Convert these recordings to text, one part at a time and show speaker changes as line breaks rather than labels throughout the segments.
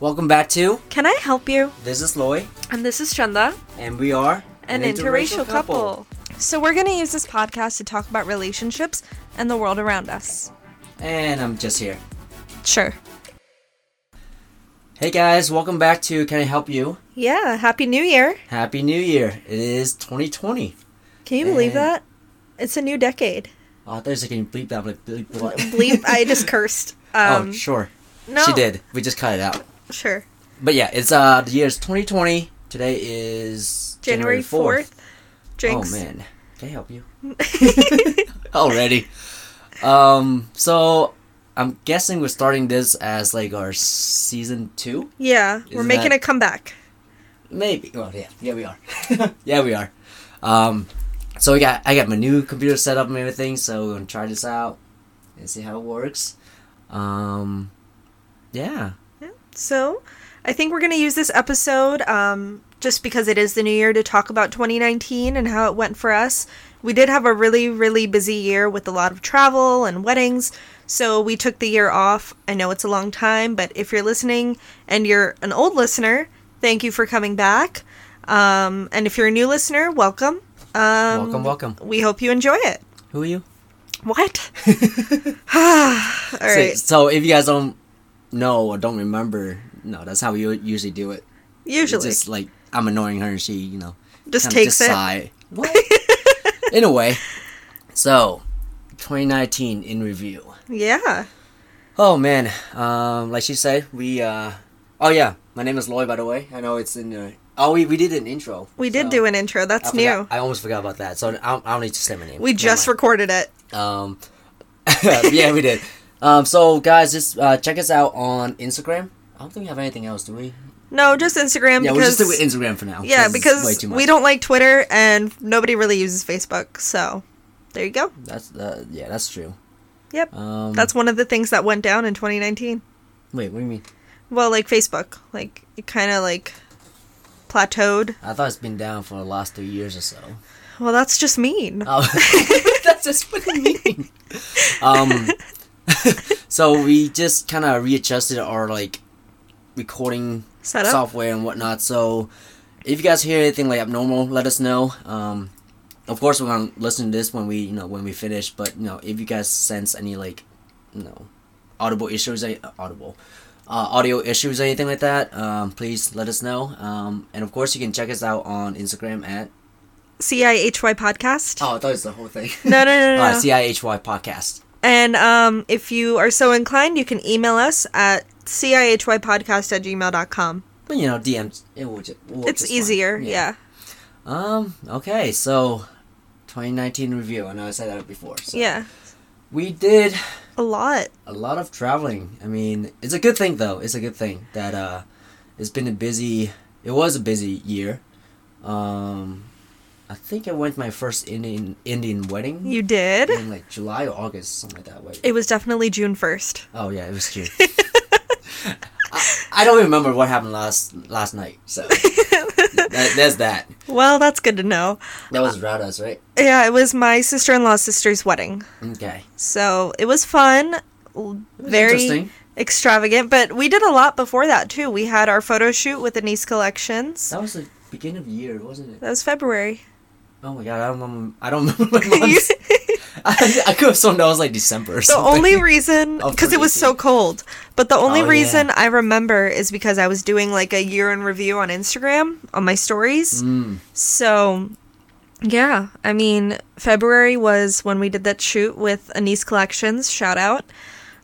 Welcome back to
Can I help you?
This is Loy,
And Um, this is Chanda,
and we are
an, interracial, couple. So we're going to use this podcast to talk about relationships and the world around us.
And I'm just here.
Sure.
Hey guys, welcome back to Can I Help You?
Yeah, happy new year.
Happy New Year. It is 2020.
Can you believe
And-
that? It's a new decade.
Oh, I thought you said can you bleep that? I'm like, bleep, bleep.
Bleep, I just cursed. Um,
oh, sure.
no.
She did. We just cut it out.
Sure.
But yeah, it's uh the year is 2020. Today is
January 4th. Drinks.
Oh man, can I help you? Already. Um. So I'm guessing we're starting this as like our season two.
Yeah, we're
Isn't
making
that-
a comeback.
Maybe. Well, yeah, yeah, we are. yeah, we are. Um, so we got I got my new computer set up and everything, so we're gonna try this out and see how it works. Um, yeah,
So, I think we're going to use this episode um, just because it is the new year to talk about 2019 and how it went for us. We did have a really, really busy year with a lot of travel and weddings, so we took the year off. I know it's a long time, but if you're listening and you're an old listener, thank you for coming back. Um, and if you're a new listener, welcome. Um,
welcome, welcome.
We hope you enjoy it.
Who are you?
What? All right.
So, so if you guys don't know or don't remember, no, that's how we u- usually do it. It's
Usually,
just
just,
like I'm annoying her, and she, you know, kinda
takes
just
it.
sigh. What? in a way. So, 2019 in review.
Yeah.
Oh man, um, like she said, we. Uh, oh yeah, my name is Lloyd. By the way, I know it's in the. Oh, we, we did an intro.
We did
so-
do an intro. That's
I
new.
forgot- I almost forgot about that, so I don't, I don't need to say my name.
We
Never
just
mind.
recorded it.
um, yeah, we did. Um, so guys, just uh, check us out on Instagram. I don't think we have anything else, do we?
No, just Instagram
Yeah, we'll
because
just do it Instagram for now.
yeah,
it's way
because
too
we
much.
don't like Twitter and nobody really uses Facebook. So there you go.
That's uh, yeah, that's true.
Yep.
Um,
That's one of the things that went down in 2019.
wait. What do you mean?
Well, like Facebook, like it kind of like plateaued.
I thought it's been down for the last three years or so.
Well, that's just mean.
Oh, that's just what I mean. Um, so we just kind of readjusted our like recording
Setup?
software and whatnot. So if you guys hear anything like abnormal, let us know. Um, of course, we're gonna listen to this when we you know when we finish. But you know, if you guys sense any like you know audible issues, eh, audible. Uh, audio issues, anything like that, um, please let us know. Um, and of course, you can check us out on Instagram at.
C I H Y podcast.
Oh, I thought it was the whole thing.
No, no, no, no.
Uh,
no.
CIHY podcast.
And um, if you are so inclined, you can email us at cihypodcast at gmail.com.
But you know, DMs. It will just, will
It's
just fine.
easier, yeah.
Um. Okay. So, 2019 review. I know I said that before. So.
Yeah.
We did
A lot.
a lot of traveling. I mean, it's a good thing though. It's a good thing that uh, it's been a busy. It was a busy year. Um, I think I went to my first Indian Indian wedding.
You did?
in like July or August, something like that. Wait.
It was definitely June 1st.
Oh yeah, it was cute. I, I don't remember what happened last last night, so that, there's that.
Well, that's good to know.
That was around us, right?
Yeah, it was my sister in law's sister's wedding.
Okay.
So it was fun, l- very
interesting.
extravagant, but we did a lot before that too. We had our photo shoot with the Niece Collections.
That was the beginning of the year, wasn't it?
That was February.
Oh my god, I don't remember. I don't remember my months. I, I could have sworn that was like December or
The
something.
only reason,
Oh,
because it was so
forgetting.
cold, but the only
Oh, yeah.
reason I remember is because I was doing like a year in review on Instagram on my stories.
Mm,
So, yeah, I mean, February was when we did that shoot with Anise Collections. Shout out.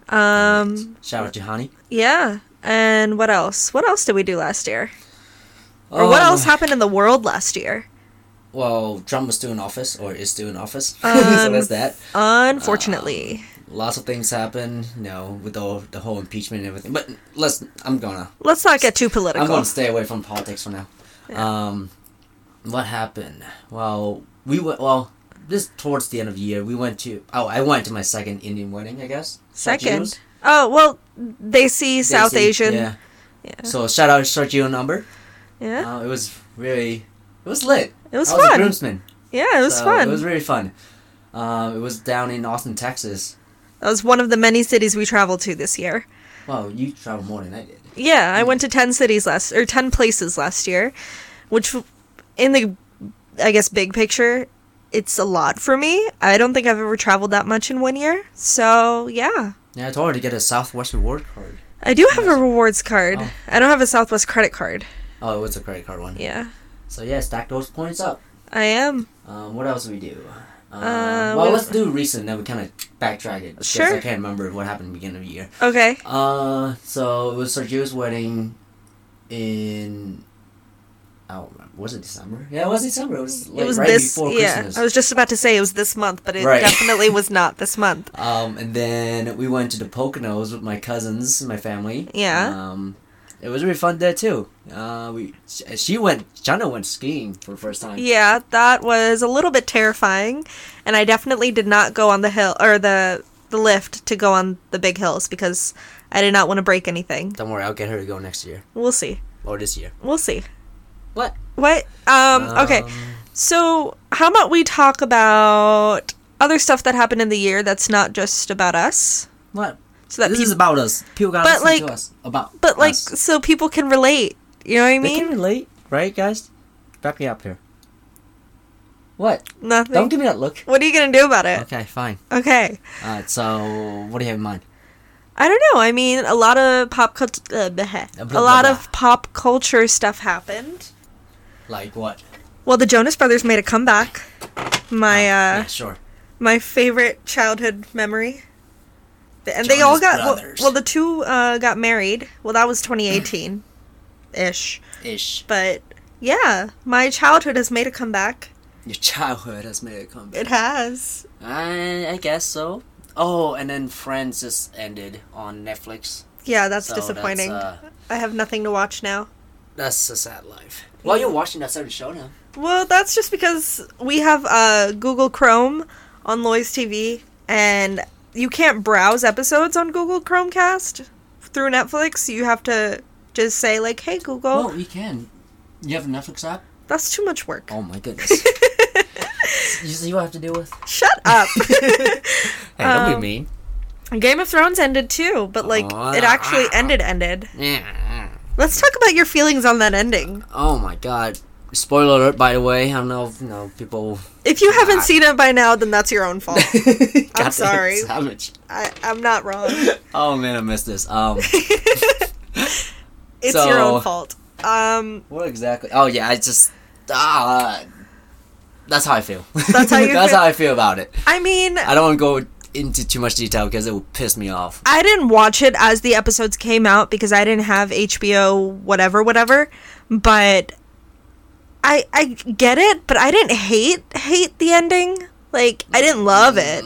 Um,
shout out to Hani.
yeah, and what else? What else did we do last year? Or what
Um,
else happened in the world last year?
Well, Trump was still in office, or is still in office.
Um,
so that's that. Uh,
Unfortunately,
Lots of things happen, you know, with the, the whole impeachment and everything. But let's, I'm gonna.
let's not get too political.
I'm going to stay away from politics for now. Um, what happened? Well, we went. Well, this towards the end of the year, we went to. Oh, I went to my second Indian wedding, I guess. Shot
Second.
June's.
Oh well, they see South
Daisy,
Asian.
Yeah.
Yeah.
So shout out to Sergio number.
Yeah,
Uh, it was really, it was lit.
It was
I
fun.
Was a groomsman.
yeah, it was
so
fun.
It was really fun. Um, it was down in Austin, Texas.
that was one of the many cities we traveled to this year.
Wow, you travel more than I did.
Yeah, I went to 10 cities last or 10 places last year, which in the I guess big picture, it's a lot for me. I don't think I've ever traveled that much in one year. So, yeah.
Yeah, I told her to get a Southwest reward card.
I do have a rewards card.
Oh.
I don't have a Southwest credit card.
Oh, it was a credit card one.
Yeah.
So yeah, stack those points up.
I am.
Um, what else do we do? Um,
Uh,
well,
we-
let's do recent, then we kind of backtrack it. 'cause
Sure.
I can't remember what happened at the beginning of the year.
Okay.
Uh, so it was Sergio's wedding in. I don't remember. Was it December? Yeah, it was December. It was, like,
it was
right
this
before
yeah.
Christmas.
I was just about to say it was this month, but it
Right.
definitely was not this month.
Um, and then we went to the Poconos with my cousins and my family.
Yeah.
Um, it was really fun there too. Uh, we sh- she went, Chana went skiing for the first time.
Yeah, that was a little bit terrifying, and I definitely did not go on the hill or the the lift to go on the big hills because I did not want to break anything.
Don't worry, I'll get her to go next year
We'll see.
or this year.
We'll see.
What?
What? Um, okay. So, how about we talk about other stuff that happened in the year that's not just about us?
What?
So that
this
peop-
is about us. People gotta
But,
listen to
like-
us about.
But like,
us.
so people can relate. You know what I
they can
mean?
relate, right, guys? Back me up here. What?
Nothing.
Don't give me that look.
what are you gonna do about it?
Okay, fine.
Okay.
Uh, so what do you have in mind?
I don't know. I mean, a lot of pop cult- uh, bleh.
Uh, blah,
a lot
blah,
of pop culture stuff happened.
Like what? Oh,
Well, the Jonas Brothers made a comeback. My uh,
Ah, yeah, sure.
my favorite childhood memory. Th- And they
Jonas
all got well,
Brothers.
well. The two uh, got married. Well, that was 2018, ish.
Ish.
But yeah, my childhood has made a comeback.
Your childhood has made a comeback.
It has.
I, I guess so. Oh, and then Friends just ended on Netflix.
Yeah, that's
So
disappointing.
That's, uh,
I have nothing to watch now.
that's a sad life. While you're watching that certain show now.
Well, that's just because we have uh, Google Chrome on Lois TV, and you can't browse episodes on Google Chromecast through Netflix. You have to just say like, "Hey Google."
you can. You have a Netflix app?
That's too much work.
Oh my goodness. you see what I have to deal with?
Shut up.
Hey, don't
Um,
be mean.
Game of Thrones ended too, but like
Oh,
it
ah.
actually ended ended.
Yeah.
Let's talk about your feelings on that ending.
Oh my god. Spoiler alert, by the way. I don't know if you know, people.
If you haven't
Ah.
seen it by now, then that's your own fault.
Goddamn
Oh, sorry.
Savage.
I, I'm not wrong.
Oh man, I missed this. Um,
It's your
So-
own fault. Um,
what exactly? Oh yeah, I just ah, that's how I feel.
That's how you
that's
feel?
how I feel about it.
I mean,
I don't want to go into too much detail because it will piss me off.
I didn't watch it as the episodes came out because I didn't have HBO whatever whatever, but I I get it, but I didn't hate hate the ending. Like I didn't love it.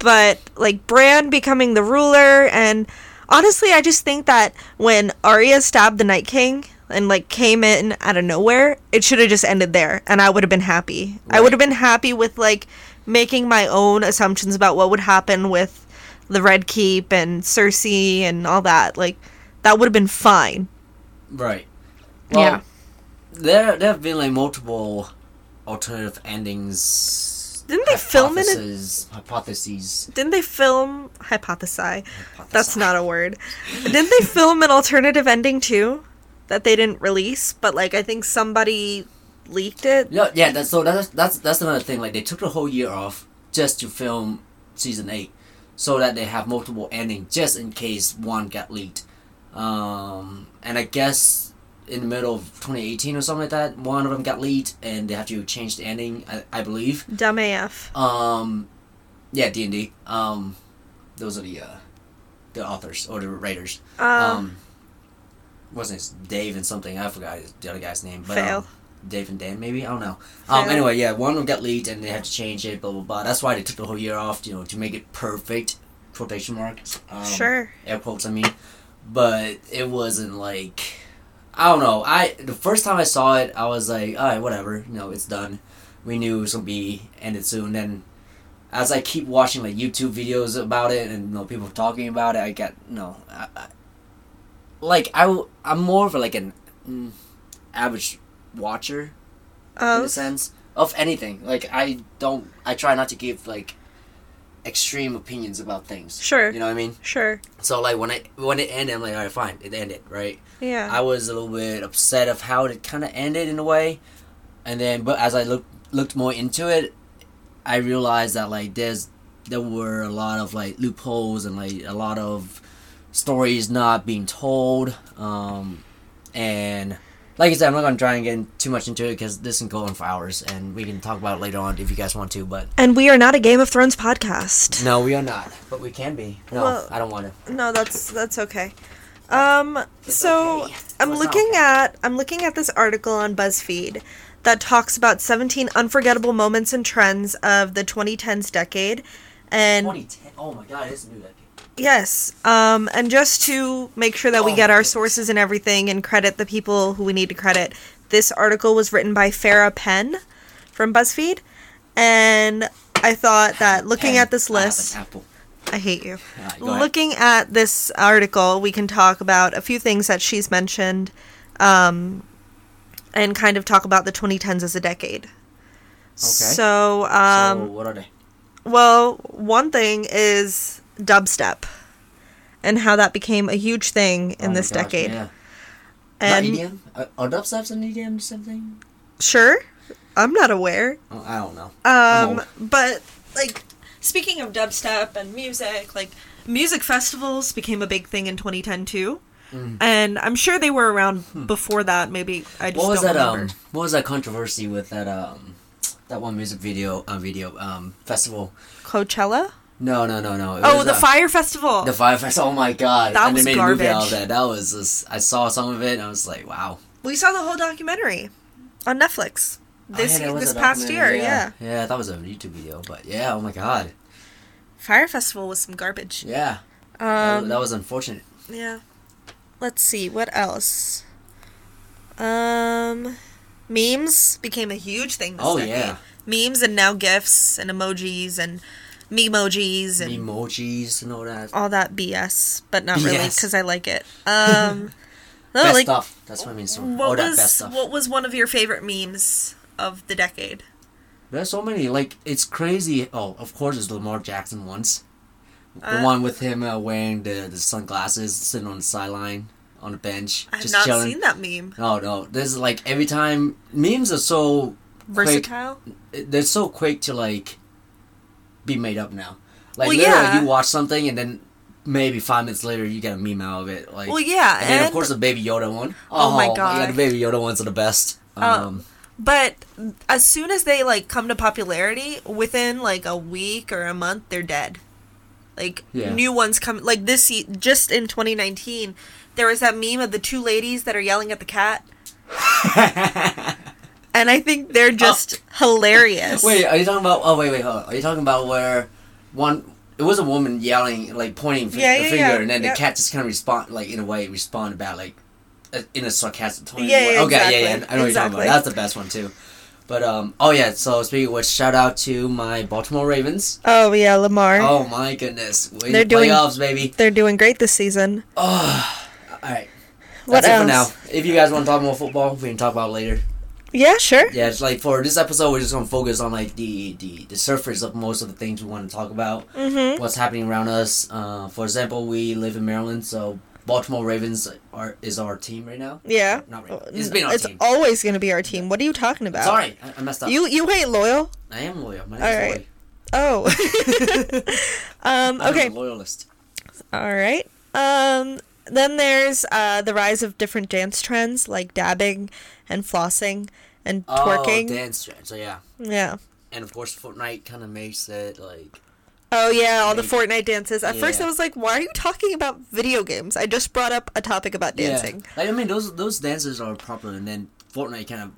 But like Bran becoming the ruler and honestly I just think that when Arya stabbed the Night King and like came in out of nowhere, it should have just ended there and I would have been happy. I
Right.
would have been happy with like making my own assumptions about what would happen with the Red Keep and Cersei and all that. Like that would have been fine.
Right.
Yeah.
There, there have been like multiple alternative endings.
Didn't they film in it?
hypotheses- Hypotheses.
Didn't they film hypothesize? That's
hypothesi-
not a word. Didn't they film an alternative ending too that they didn't release, but like I think somebody leaked it?
No, yeah. That's so. That's that's that's another thing. Like they took the whole year off just to film season eight, so that they have multiple endings just in case one got leaked. Um, and I guess in the middle of 2018 or something like that, one of them got leaked, and they have to change the ending. I, I believe.
Dumb AF.
Um, yeah, D and D. Um, those are the uh, the authors or the writers.
Uh,
Um, wasn't it Dave and something? I forgot his- the other guy's name. But, um,
Fail.
Dave and Dan, maybe I don't know. Um,
Fail.
anyway, yeah, one of them got leaked and they had to change it. Blah blah blah. That's why they took the whole year off, you know, to make it perfect. Quotation marks. Um,
sure.
Air quotes, I mean. But it wasn't like I don't know. I the first time I saw it, I was like, all right, whatever. You know, it's done we knew it would be ended soon. And as I keep watching like YouTube videos about it and you know people talking about it, I get no, I, I, like I w- I'm more of like an mm, average watcher in
Oh,
a sense of anything. Like I don't I try not to give like extreme opinions about things.
Sure.
You know what I mean?
Sure.
So like when it when it ended, I'm like, all right, fine, it ended, right?
Yeah.
I was a little bit upset of how it kind of ended in a way, and then but as I looked looked more into it, I realized that like there's there were a lot of like loopholes and like a lot of stories not being told, um, and like I said, I'm not gonna try and get in too much into it because this can go on for hours, and we can talk about it later on if you guys want to. But
and we are not a Game of Thrones podcast.
no, we are not, but we can be. No,
Well-
I don't want to.
No, that's that's okay. Um, so
okay.
I'm
Well, it's not
looking
okay.
at I'm looking at this article on BuzzFeed that talks about 17 unforgettable moments and trends of the 2010s decade, and
2010. Oh my god, it's a new decade.
yes, um, and just to make sure that we
Oh
get
my
our
goodness.
sources and everything and credit the people who we need to credit, this article was written by Farah Penn from BuzzFeed, and I thought that looking
Pen.
at this
I have an
list,
apple.
I hate you.
Alright, Ah, go ahead.
Looking at this article, we can talk about a few things that she's mentioned um, and kind of talk about the 2010s as a decade. So,
so
um,
what are they?
well, one thing is dubstep and how that became a huge thing
Oh
in
my
this
gosh,
decade.
Yeah.
And
Not EDM? Are, are dubsteps an EDM or something?
sure, I'm not aware.
Oh, I don't know. I'm
Um,
old.
but like speaking of dubstep and music, like music festivals became a big thing in 2010 too.
Mm.
And I'm sure they were around before that. Maybe I just
Hmm. What was
don't
that?
remember.
Um, what was that controversy with that? Um, that one music video, uh, video um, festival.
Coachella.
No, no, no, no. It
oh,
was,
the
uh,
Fire Festival.
The fire fest. Oh my god!
That
and
was
they made a movie out
garbage.
of that. That was just. I saw some of it. and I was like, wow.
we saw the whole documentary on Netflix
Oh,
this
yeah, there was
this
a
past year.
documentary,
Yeah.
yeah. Yeah, that was a YouTube video, but yeah. Oh my god.
Fire Festival was some garbage.
Yeah.
Um,
that was unfortunate.
Yeah. Let's see what else. Um, memes became a huge thing. This
Oh,
decade.
yeah.
memes and now gifs and emojis and memojis and
Emojis and all that.
all that BS, but not really 'cause really
BS.
because I like it. Um, no,
best
like
stuff. That's what I mean. So, all
what
that best
was
stuff.
what was one of your favorite memes of the decade?
There's so many. Like it's crazy. Oh, of course, it's Lamar Jackson once. The
Uh,
one with him uh, wearing the, the sunglasses, sitting on the sideline on the bench,
I have
just
not
chilling.
seen that meme.
No, no. This is like every time memes are so
Versatile.
they're so quick to like be made up now. Like
Well,
literally,
yeah.
you watch something and then maybe five minutes later you get a meme out of it. Like
Well, yeah,
and, then of
and-
course the Baby Yoda one.
Oh my
the
God. Uh,
Baby Yoda ones are the best. Um,
But as soon as they like come to popularity, within like a week or a month, they're dead. Like
Yeah.
new ones come. Like this, ye- just in 2019, there was that meme of the two ladies that are yelling at the cat,
Um,
and I think they're just hilarious.
Oh. Wait, are you talking about? Oh, wait, wait, hold on. Are you talking about where one? It was a woman yelling, like pointing fi-
Yeah,
the
yeah,
finger,
yeah.
and then
Yep.
the cat just kind of respond, like in a way, respond about like uh, in a sarcastic tone.
Yeah,
okay, yeah,
yeah,
yeah.
exactly,
I know what you're talking
exactly.
about. That's the best one too. But um, oh yeah. So speaking of which, shout out to my Baltimore Ravens.
Oh yeah, Lamar.
Oh my goodness, we
They're
They're
doing-
playoffs, baby.
They're doing great this season.
Oh, all right.
What
That's it for
else?
now. If you guys want to talk more football, we can talk about it later.
Yeah, sure.
Yeah, it's like for this episode, we're just gonna focus on like the the, the surface of most of the things we want to talk about.
Mm-hmm.
what's happening around us. Uh, for example, we live in Maryland, so Baltimore Ravens are is our team right now.
Yeah.
Not really. It's been our team.
always going to be our team. What are you talking about?
Sorry, I, I messed up.
You you ain't loyal.
I am loyal. My
All
name's
right. Oh. um,
loyal. I'm
okay.
a loyalist.
All right. Um, then there's uh, the rise of different dance trends like dabbing and flossing and
Oh,
twerking.
dance trend. So yeah,
yeah.
and of course Fortnite kind of makes it like
Oh yeah, all the
Like-
Fortnite dances. At first, I
Yeah.
was like, "Why are you talking about video games?" I just brought up a topic about dancing.
Yeah. Like I mean, those those dances are popular, and then Fortnite kind of,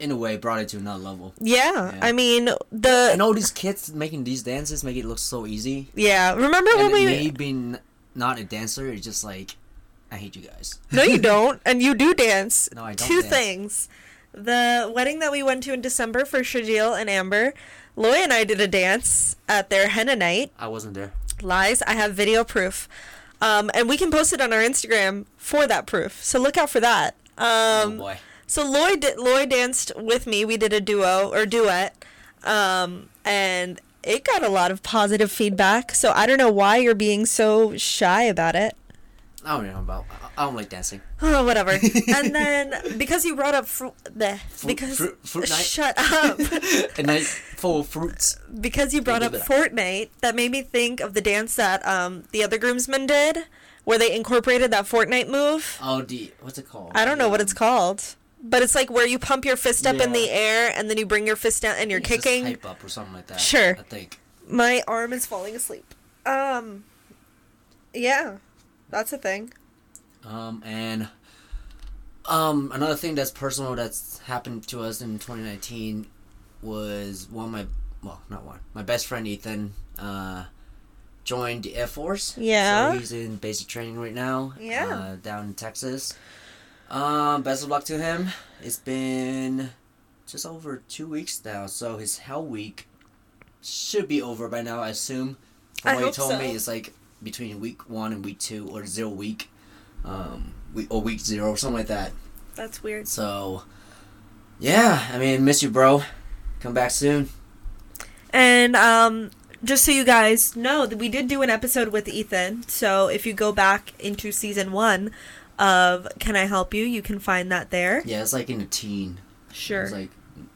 in a way, brought it to another level.
Yeah,
Yeah.
I mean the
And all these kids making these dances make it look so easy.
yeah. Remember
And
when we?
me being not a dancer is just like, I hate you guys.
No, you don't, and you do dance.
No, I don't
Two
dance.
things: the wedding that we went to in December for Shajil and Amber. Loy and I did a dance at their henna night.
I wasn't there.
lies. I have video proof. Um, and we can post it on our Instagram for that proof. So look out for that.
oh
Um,
boy.
so Lloyd, Lloyd danced with me. We did a duo or duet. Um, and it got a lot of positive feedback. So I don't know why you're being so shy about it.
I don't know about. I- I don't like dancing.
Oh, whatever. and then because you brought up fruit, bleh, because
fruit- fruit night?
shut up.
A night full of fruits.
because you brought
do
up
that.
Fortnite, that made me think of the dance that um the other groomsmen did, where they incorporated that Fortnite move.
Oh, D. What's it called?
I don't know what it's called, but it's like where you pump your fist up
Yeah.
in the air and then you bring your fist down and you're
It's just
kicking.
hype up or something like that.
Sure.
I think.
My arm is falling asleep. Um, yeah, that's a thing.
Um, and um, another thing that's personal that's happened to us in 2019 was one of my well, not one, my best friend Ethan uh, joined the Air Force.
Yeah.
so he's in basic training right now.
Yeah.
uh, down in Texas. Um, best of luck to him. It's been just over two weeks now, so his Hell Week should be over by now, I assume. From
I
what
hope
he told
so.
me, it's like between week one and week two, or zero week, um, week, or week zero, or something like that.
That's weird.
So, yeah, I mean, miss you, bro. Come back soon.
And um, just so you guys know, that we did do an episode with Ethan. So if you go back into season one of Can I Help You, you can find that there.
Yeah, it's like in a teen.
Sure.
It's like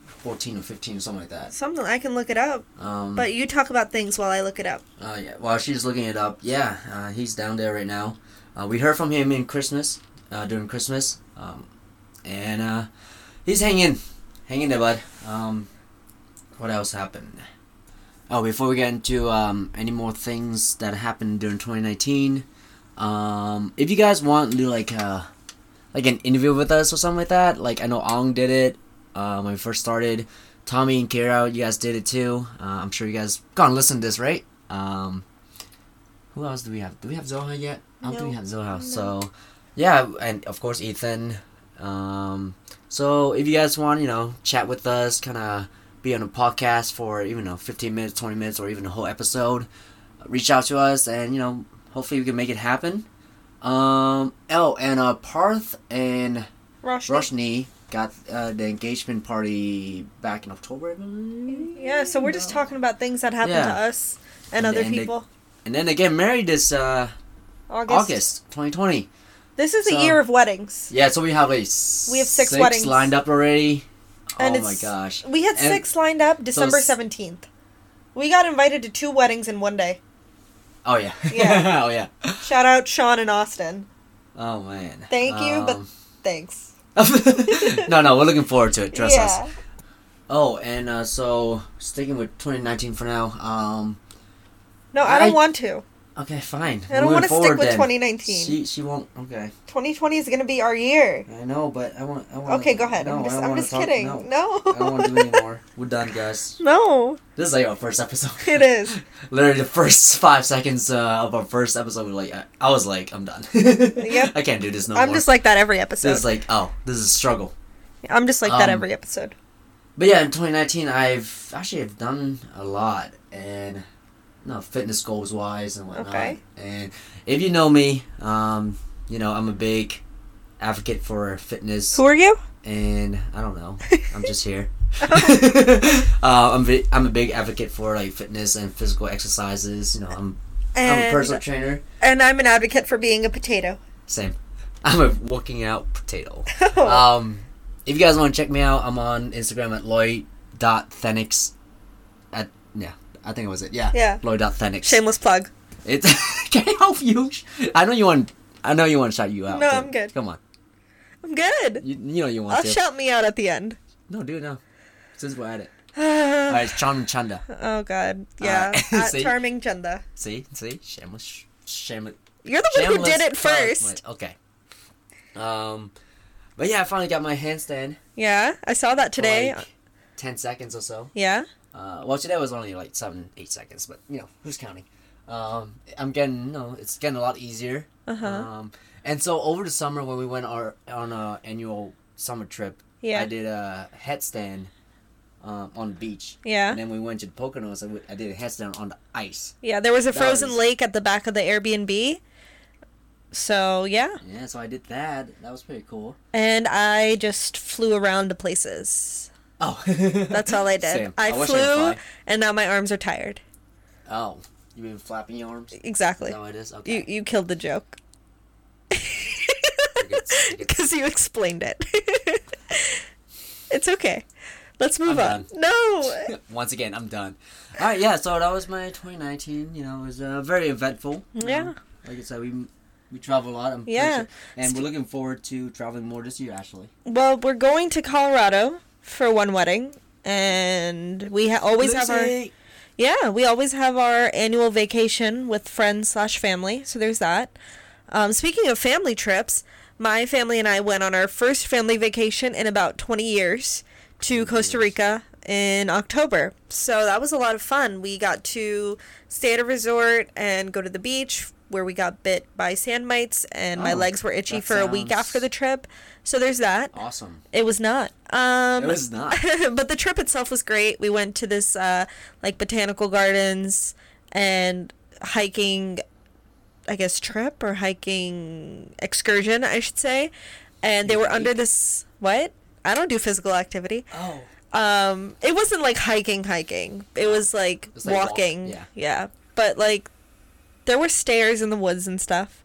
14 or 15 or something like that.
Something I can look it up,
Um,
but you talk about things while I look it up.
Uh, yeah. While she's looking it up, yeah, uh, he's down there right now. Uh, we heard from him in Christmas, uh, during Christmas, um, and uh, he's hanging, hanging there, bud. Um, what else happened? Oh, before we get into um, any more things that happened during 2019, um, if you guys want to do like uh, like an interview with us or something like that, like I know Ong did it uh, when we first started. Tommy and Kira, you guys did it too. Uh, I'm sure you guys gone listen to this, right? Um, who else do we have? Do we have Zoha yet? I don't think we
No.
have Zoha. So, yeah, and of course Ethan. Um, so if you guys want, you know, chat with us, kind of be on a podcast for even know 15 minutes, 20 minutes, or even a whole episode, reach out to us, and you know, hopefully we can make it happen. Um, oh, and uh, Parth and
Rosh.
Roshni got uh, the engagement party back in October, I believe.
Yeah, so we're just talking about things that happen to
Yeah.
us
And
and, other
then they-
people.
And then they get married this uh,
August.
August 2020.
This is the
So-
year of weddings.
Yeah, so we have like
We have six weddings.
lined up already.
And
oh my
it's-
gosh.
We had
And-
six lined up December
s-
17th. We got invited to two weddings in one day.
Oh yeah.
Yeah.
oh yeah.
Shout out Sean and Austin.
Oh man.
Thank you, but
Um,
thanks.
no, no, we're looking forward to it. Trust us.
yeah.
Oh, and uh, so sticking with 2019 for now. Um,
No, I don't
I-
want to.
okay, fine.
I don't
Moving
want to stick
forward
with
then.
2019.
She she won't. Okay,
2020 is going to be our year.
I know, but I want. I want
Okay, go ahead.
No,
I'm just,
I don't
I'm
wanna
just
talk-
kidding.
No,
No.
I don't want to do it anymore. We're done, guys.
no.
This is like our first episode.
It is.
Literally the first five seconds uh, of our first episode, we're like, I, I was like, I'm done.
Yep.
I can't do this no
I'm
more.
just like that every episode.
this is like, oh, this is a struggle.
I'm just like
um,
that every episode.
But yeah, in 2019, I've actually have done a lot, and you know, fitness goals wise and whatnot.
Okay.
And if you know me, um, you know I'm a big advocate for fitness,
Who are you?
and I don't know, I'm just here. uh, I'm vi- I'm a big advocate for like fitness and physical exercises. You know, I'm I'm a personal
And,
trainer.
and I'm an advocate for being a potato.
Same. I'm a working out potato.
Oh,
Um, if you guys want to check me out, I'm on Instagram at lloyd.thenix. At yeah, I think it was it. Yeah.
Yeah.
Lloyd.thenix.
Shameless plug.
It's can I help you? I know you want. I know you want to shout you out.
No,
but
I'm good.
Come on,
I'm good.
you, you know you want
I'll
to.
shout me out at the end.
no, dude, no. Since we're at it, all right, it's Charming Chanda.
oh God. Yeah.
Alright.
at
Uh, See?
Charming Chanda.
See, see, shameless, shameless.
You're the one who
shameless
did it
plug.
first.
Wait, okay. Um, but yeah, I finally got my handstand.
Yeah. I saw that
for,
today.
like, ten seconds or so.
yeah.
Uh, well, today was only like seven, eight seconds, but you know, who's counting? Um, I'm getting, no, it's getting a lot easier.
Uh-huh.
Um, and so over the summer when we went our on our annual summer trip,
Yeah.
I did a headstand um, on the beach.
Yeah.
And then we went to the Poconos and we, I did a headstand on the ice.
Yeah, there was a
That
frozen
was-
lake at the back of the Airbnb. So, yeah.
Yeah, so I did that. That was pretty cool.
And I just flew around to places.
Oh,
That's all I did.
Same.
I,
wish
flew,
could fly.
and now my arms are tired.
Oh, you've been flapping your arms. Is
Exactly.
that what it is? Okay.
You you killed the joke
Crickets, crickets.
because you explained it. it's okay. Let's move
I'm
on. No.
Once again, I'm done. All right, yeah. So that was my 2019. You know, it was uh, very eventful. you know.
Yeah.
Like I said, we we travel a lot. I'm pretty
Yeah.
sure. And we're looking forward to traveling more this year, actually.
Well, we're going to Colorado for one wedding, and we ha- always have our
Lucy!
yeah, we always have our annual vacation with friends slash family. So there's that. Um, speaking of family trips, my family and I went on our first family vacation in about 20 years to Costa Rica in October. So that was a lot of fun. We got to stay at a resort and go to the beach where we got bit by sand mites and my
Oh,
legs were itchy
that
for a week
sounds-
after the trip. So there's that.
Awesome.
It was not. Um,
It was not.
but the trip itself was great. We went to this uh, like botanical gardens and hiking, I guess trip or hiking excursion, I should say. And they were under
Hike?
this what? I don't do physical activity.
Oh.
Um, it wasn't like hiking, hiking. It was like,
was like walk-
walking.
yeah.
yeah. But like, there were stairs in the woods and stuff,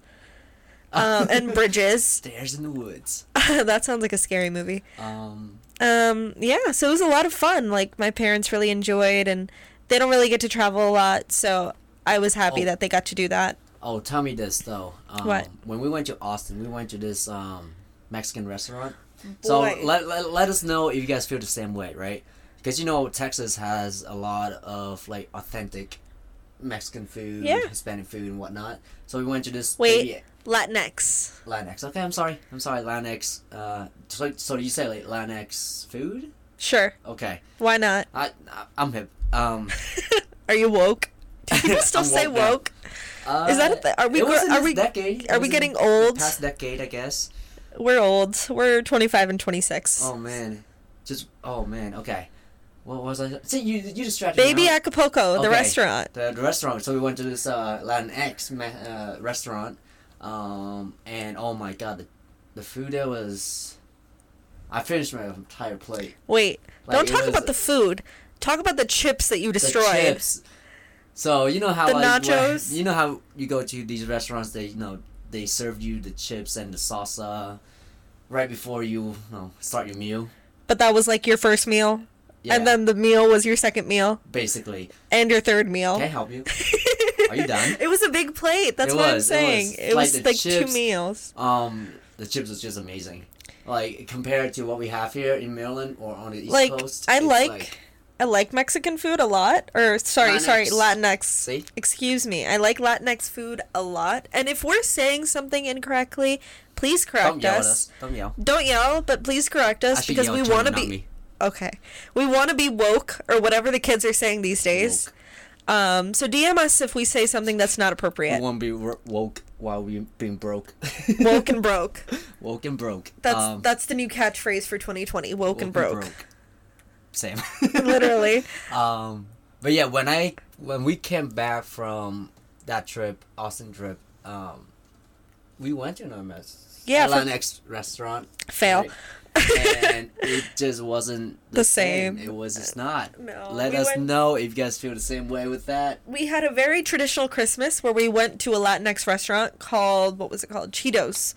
um, and bridges.
Stairs in the woods.
that sounds like a scary movie.
Um.
Um, yeah, so it was a lot of fun. Like my parents really enjoyed, and they don't really get to travel a lot, so I was happy
Oh.
that they got to do that.
Oh, tell me this though. Um,
What?
When we went to Austin, we went to this um, Mexican restaurant. So
Boy.
let, let let us know if you guys feel the same way, right? Because you know Texas has a lot of like authentic Mexican food,
Yeah.
Hispanic food, and whatnot. So we went to this
Wait,
baby-
Latinx.
Latinx. Okay, I'm sorry. I'm sorry, Latinx. Uh, so, so you say like Latinx food?
Sure,
Okay,
why not?
I, I I'm hip. Um,
Are you woke? Do people still
I'm
say
woke now.
woke?
uh,
Is that a thi- are we
it was
gro-
in
are
this
we-
decade. It
are we
was in
getting
the
old?
Past decade, I guess.
We're old. We're 25 and 26.
Oh man, just oh man. Okay, what was I? See, you you distracted
Baby
me. huh?
Acapulco, the
Okay.
restaurant.
the, the restaurant. So we went to this uh, Latinx me- uh, restaurant, um, and oh my god, the, the food there was. I finished my entire plate.
Wait,
Like,
don't
it
talk
was-
about the food. Talk about the chips that you
The
destroyed.
chips. So you know how
The
like, when-
nachos?
you know how you go to these restaurants. They you know they serve you the chips and the salsa right before you, you know, start your meal.
But that was like your first meal,
Yeah,
and then the meal was your second meal
basically,
and your third meal.
can I help you? Are you done?
It was a big plate. That's
It
what I'm
was, it
saying.
was.
It
Like
was,
the
like
chips.
two meals.
Um, the chips was just amazing. Like compared to what we have here in Maryland or on the East
Like
Coast.
I
it's
like, I like Mexican food a lot. Or sorry, sorry,
Latinx.
Latinx.
See?
Excuse me. I like Latinx food a lot. And if we're saying something incorrectly, please correct
don't yell at
us.
us. Don't yell.
Don't yell, but please correct us
Actually,
because
yell
we
at
want to
Jordan,
be
not me.
okay. We want to be woke or whatever the kids are saying these days.
Woke.
Um, so DM us if we say something that's not
We
appropriate.
want to be ro- woke while we being broke.
woke and broke.
woke and broke.
That's
Um,
that's the new catchphrase for 2020. Woke,
woke
and broke.
Same.
Literally.
Um, but yeah, when I when we came back from that trip, Austin trip, um, we went to another mes-
Yeah, for-
Latinx restaurant.
Fail.
right? and it just wasn't the,
The
same.
same.
It was just not.
No,
Let
we
us
went-
know if you guys feel the same way with that.
we had a very traditional Christmas where we went to a Latinx restaurant called what was it called Cheetos,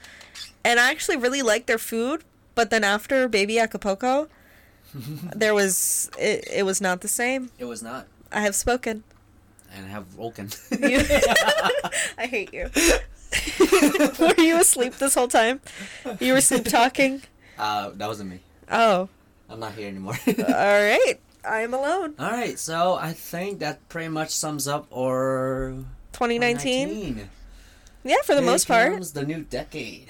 and I actually really liked their food. But then after Baby Acapulco, there was it, it was not the same.
It was not.
I have spoken.
And I have woken.
You- I hate you. were you asleep this whole time? You were sleep talking.
uh, that wasn't me.
Oh,
I'm not here anymore.
all right. I'm alone.
All right, so I think that pretty much sums up our
2019.
19.
Yeah, for the
Here
most part.
comes the new decade,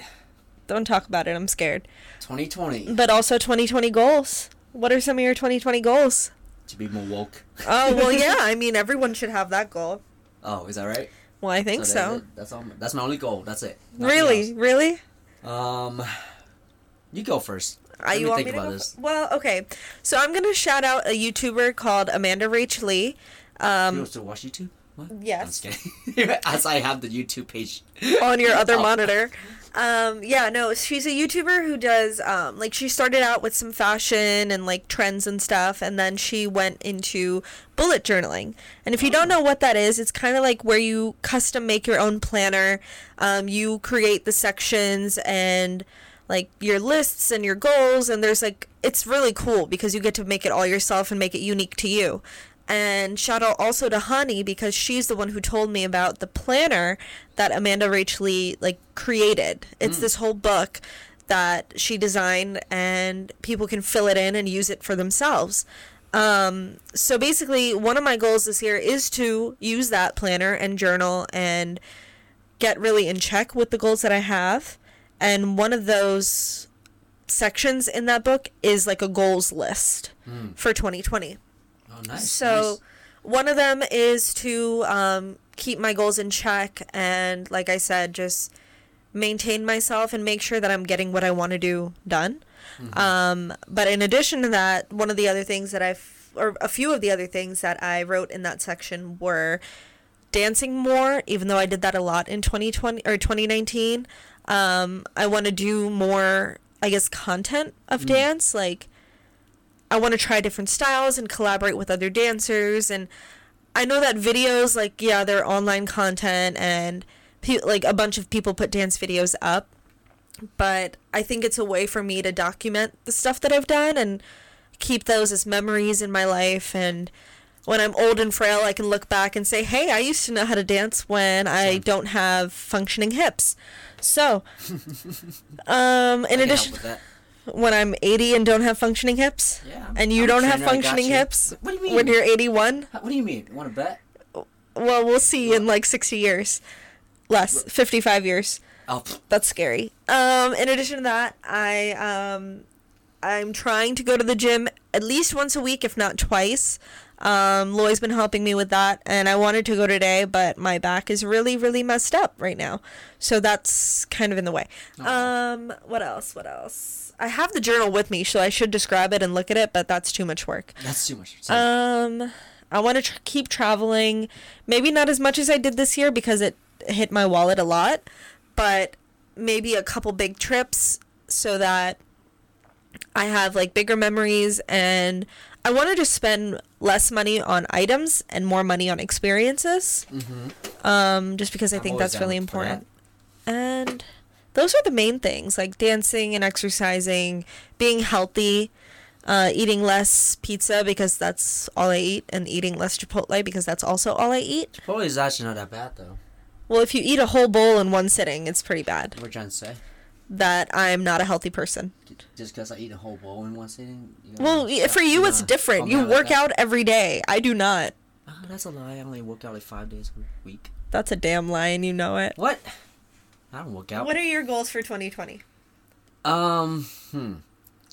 Don't talk about it. I'm scared.
2020,
But also 2020 goals. What are some of your 2020 goals?
to be more woke.
Oh well, yeah. I mean, everyone should have that goal.
Oh, is that right?
Well, I think so.
That's, it. that's all. That's my only goal. That's it. Nothing
Really, really.
else. Um, you go first.
Are
Let
Uh, you
me
want
think
me to
about
go?
this.
f- Well, okay. So I'm gonna shout out a YouTuber called Amanda Rach Lee.
You
Um,
also watch YouTube? What?
Yes.
I'm just kidding. As I have the YouTube page.
on your other
Oh.
monitor. Um, yeah, no, she's a YouTuber who does um, like she started out with some fashion and like trends and stuff, and then she went into bullet journaling. And if you don't know what that is, it's kind of like where you custom make your own planner. Um, you create the sections and like your lists and your goals, and there's like it's really cool because you get to make it all yourself and make it unique to you. And shout out also to Honey because she's the one who told me about the planner that Amanda Rachley like created. It's this whole book that she designed and people can fill it in and use it for themselves. Um, so basically one of my goals this year is to use that planner and journal and get really in check with the goals that I have. And one of those sections in that book is like a goals list for 2020.
Hmm. Oh, nice.
So
nice.
one of them is to um, keep my goals in check and, like I said, just maintain myself and make sure that I'm getting what I want to do done.
Hmm. Mm-hmm.
Um, but in addition to that, one of the other things that I've, or a few of the other things that I wrote in that section were dancing more, even though I did that a lot in 2020 or 2019. Um, I want to do more, I guess, content of dance. Like, I want to try different styles and collaborate with other dancers. And I know that videos, like, yeah, they're online content and pe- like a bunch of people put dance videos up. But I think it's a way for me to document the stuff that I've done and keep those as memories in my life. And when I'm old and frail, I can look back and say, hey, I used to know how to dance when I don't have functioning hips. So, um,
I can
in
help
addition
with that.
when I'm 80 and don't have functioning hips?
Yeah, I'm-
And you
I'm a
don't have
trainer, I got
functioning
you.
hips?
What do you mean?
When you're 81?
What do you mean? Want to bet?
Well, we'll see in like 60 years. Less, 55 years.
Oh, pff,
That's scary. Um, in addition to that, I um, I'm trying to go to the gym at least once a week, if not twice. Um, Loy's been helping me with that, and I wanted to go today, but my back is really, really messed up right now, so that's kind of in the way. Um, what else? What else? I have the journal with me, so I should describe it and look at it, but that's too much work.
that's too much. Sorry.
Um, I want to tr- keep traveling. Maybe not as much as I did this year because it hit my wallet a lot, but maybe a couple big trips so that I have like bigger memories and I want to just spend less money on items and more money on experiences. Um, just because I
Mm-hmm. I'm
think
always
that's really
down for that.
important. And those are the main things like dancing and exercising, being healthy, uh, eating less pizza because that's all I eat, and eating less Chipotle because that's also all I eat.
Probably is actually not that bad though.
Well, if you eat a whole bowl in one sitting, it's pretty bad.
What we're trying to say.
That I'm not a healthy person.
Just because I eat a whole bowl in one sitting. You know,
Well, y- for you, it's
nah,
different.
Mm, I'm
You
not like
work
that.
out every day. I do not.
Ah, that's a lie. I only work out like five days a week.
That's a damn lie, and you know it.
What? I don't work out.
What are your goals for 2020?
Um, hmm.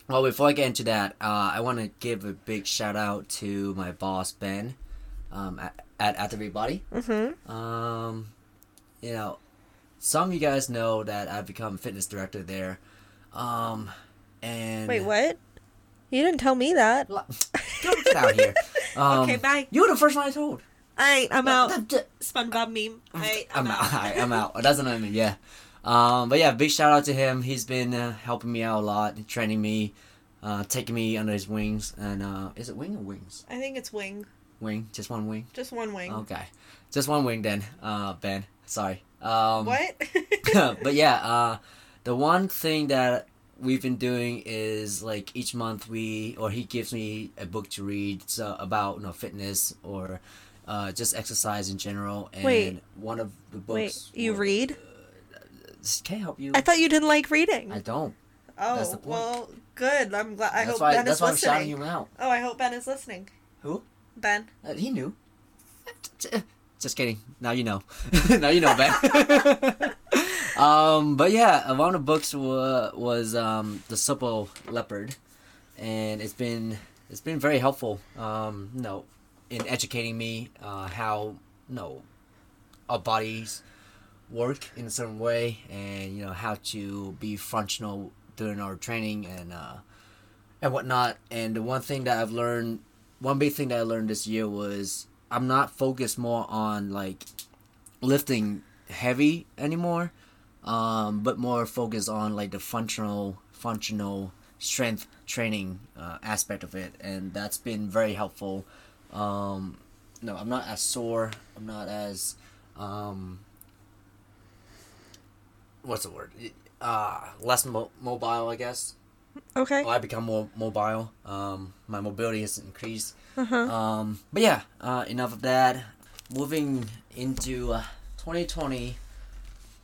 Well, before I get into that, uh, I want to give a big shout out to my boss Ben, um, at at, at the Body. Mm-hmm. Um, you know, some of you guys know that I've become fitness director there. Um, and
Wait, what? You didn't tell me that.
La- Don't get out here. Um,
Okay, bye.
You were the first one I told.
I I'm out.
That-
SpongeBob meme. I
I'm out. Alright, I'm out. That's what I mean. Yeah. Um, but yeah, big shout out to him. He's been uh, helping me out a lot, training me, uh, taking me under his wings. And uh, is it wing or wings?
I think it's wing.
Wing, just one wing.
Just one wing.
Okay, just one wing then. Uh, ben, sorry. Um,
What?
but yeah, uh, the one thing that we've been doing is like each month we or he gives me a book to read so about you know fitness or uh, just exercise in general. And
Wait.
one of the
Wait,
books
you
were-
read?
Can't help you.
I thought you didn't like reading.
I don't.
oh,
that's the point.
well, good. I'm glad. I
that's
hope
why.
Ben
that's
is
why I'm shouting
listening.
you out.
Oh, I hope Ben is listening.
Who?
Ben.
Uh, he knew.
uh,
Just kidding. Now you know. now you know, Ben. um, but yeah, uh, one of the books wa- was um, the supple leopard, and it's been it's been very helpful. Um, you know, in educating me uh, how you know our bodies work in a certain way, and you know how to be functional during our training and uh, and whatnot. And the one thing that I've learned, one big thing that I learned this year was I'm not focused more on like lifting heavy anymore. um, but more focused on like the functional functional strength training uh, aspect of it, and that's been very helpful. Um, no, I'm not as sore. I'm not as um, what's the word? Uh, less mo- mobile, I guess.
Okay.
Well, I become more mobile. Um, my mobility has increased.
Uh-huh.
Um, but yeah, uh, enough of that. Moving into uh, 2020,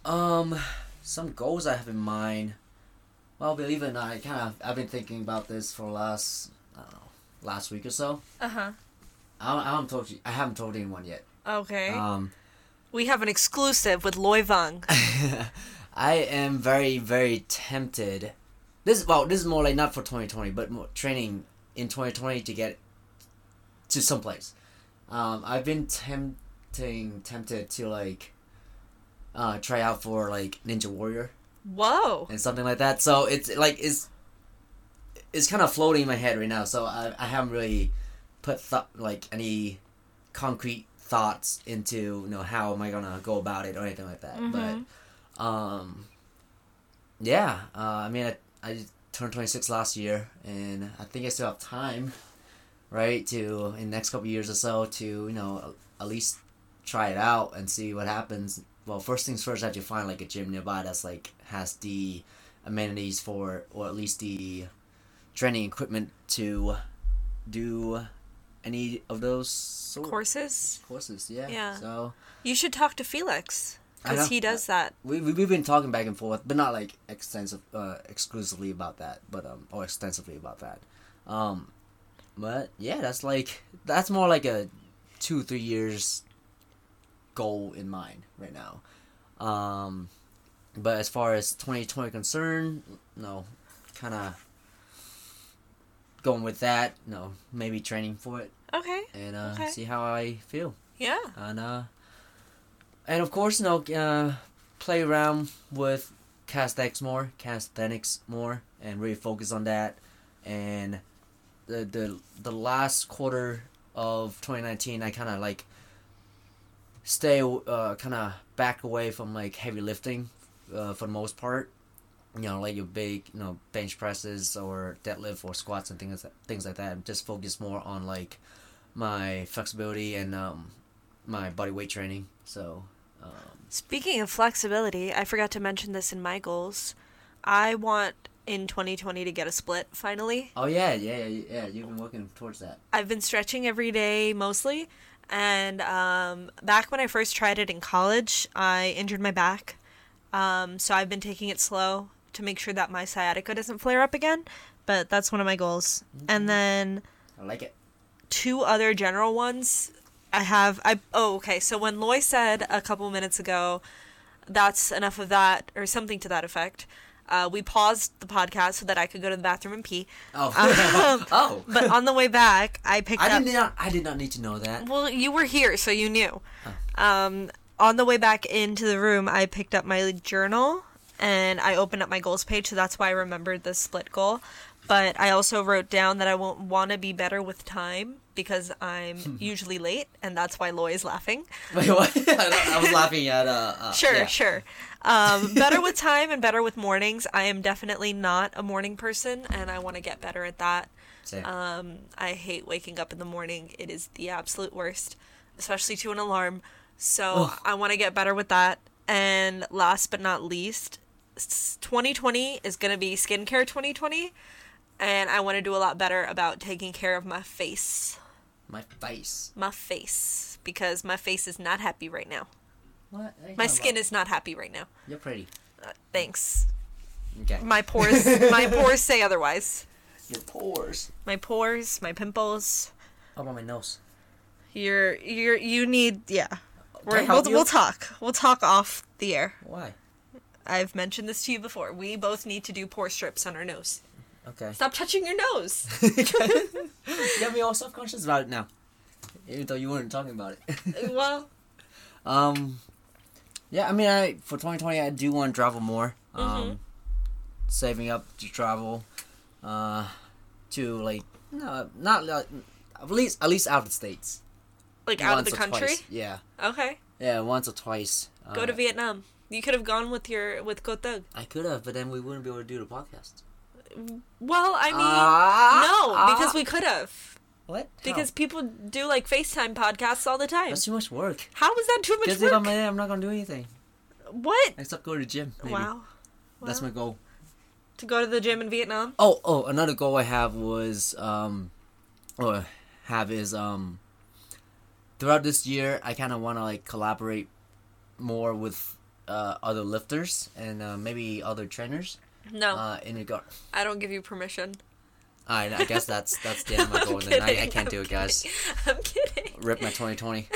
um, some goals I have in mind. Well, believe it or not, I kind of I've been thinking about this for last I don't know last week or so.
Uh huh.
I, I haven't told you. I haven't told anyone yet.
Okay.
Um,
we have an exclusive with Loy Vung.
I am very very tempted. This well, this is more like not for 2020, but more training in 2020 to get to someplace. Um, I've been tempting tempted to like uh, try out for like Ninja Warrior
Whoa.
and something like that. So it's like it's it's kind of floating in my head right now. So I I haven't really put thought like any concrete thoughts into you know how am I gonna go about it or anything like that. But um, yeah, uh, I mean I I turned twenty six last year, and I think I still have time, right? To in the next couple years or so to you know at least try it out and see what happens. Well, first things first, I have to find like a gym nearby that's like has the amenities for, or at least the training equipment to do any of those sort-
Courses.
courses. Yeah.
Yeah.
So
You should talk to Felix
I
because
know.
he does that.
we we- we've been talking back and forth, but not like extensive, uh, exclusively about that, but um, or extensively about that. Um, but yeah, that's like that's more like a two three years goal in mind right now. Um, but as far as twenty twenty concern, no, kind of going with that. No, maybe training for it
Okay.
and uh,
Okay.
see how I feel
Yeah.
and uh, and of course, you know, uh, play around with castx more, calisthenics more, and really focus on that. And the the the last quarter of 2019, I kind of like stay uh, kind of back away from like heavy lifting uh, for the most part. You know, like your big, you know, bench presses or deadlift or squats and things things like that. Just focus more on like my flexibility and um, my body weight training. So, um,
Speaking of flexibility, I forgot to mention this in my goals. I want in 2020 to get a split finally.
oh yeah, yeah, yeah, yeah. You've been working towards that.
I've been stretching every day mostly. And um, back when I first tried it in college, I injured my back. Um, so I've been taking it slow to make sure that my sciatica doesn't flare up again. But that's one of my goals. And then
I like it.
two other general ones I have. I oh okay. So when Loy said a couple minutes ago, that's enough of that or something to that effect. Uh, we paused the podcast so that I could go to the bathroom and pee.
Oh,
Um,
oh.
But uh, on the way back, I picked
I
up.
did not. I did not need to know that.
Well, you were here, so you knew. Um, on the way back into the room, I picked up my journal and I opened up my goals page, so that's why I remembered the split goal. But I also wrote down that I won't want to be better with time because
Hmm.
I'm usually late, and that's why Loy is laughing.
Wait, what? I, don't- I was laughing at. Uh, uh,
Sure,
yeah.
sure. Um, better with time and better with mornings. I am definitely not a morning person, and I want to get better at that.
Same.
Um, I hate waking up in the morning. It is the absolute worst, especially to an alarm. So
Ugh.
I want to get better with that. And last but not least, s- 2020 is going to be skincare 2020. And I want to do a lot better about taking care of my face.
my face.
My face. Because my face is not happy right now.
What?
My skin is not happy right now.
You're pretty.
Uh, thanks.
Okay.
My pores, my pores say otherwise.
Your pores.
My pores, my pimples.
Up on my nose.
You're you're you need yeah. We're,
help
we'll,
you?
we'll talk. We'll talk off the air.
Why?
I've mentioned this to you before. We both need to do pore strips on our nose.
Okay.
Stop touching your nose.
you got me all self conscious about it now, even though you weren't talking about it.
well,
Um, yeah, I mean, I for 2020, I do want to travel more.
Mm-hmm.
Um, saving up to travel, uh, to like no, not like, at least at least out of the states.
like out of
Once
the
or
country.
twice. Yeah,
Okay.
yeah, once or twice.
Go to
Uh,
Vietnam. You could have gone with your with Kotag.
I could have, but then we wouldn't be able to do the podcast.
Well, I mean,
Ah,
no,
ah.
because we could have.
What?
Because people do like FaceTime podcasts all the time.
that's too much work.
How is that too much
Because if I'm
work?
there, I'm not gonna do anything
What?
except go to the gym. Maybe.
Wow.
That's
Wow.
my goal.
To go to the gym in Vietnam?
Oh, oh, another goal I have was um, or have is um. Throughout this year, I kind of want to like collaborate more with uh, other lifters and uh, maybe other trainers.
No,
Uh, in regard,
I don't give you permission.
I, I guess that's that's the end of my
I'm
goal. Then I, I
kidding,
can't
I'm
do it, guys.
kidding. I'm kidding.
Rip my 2020.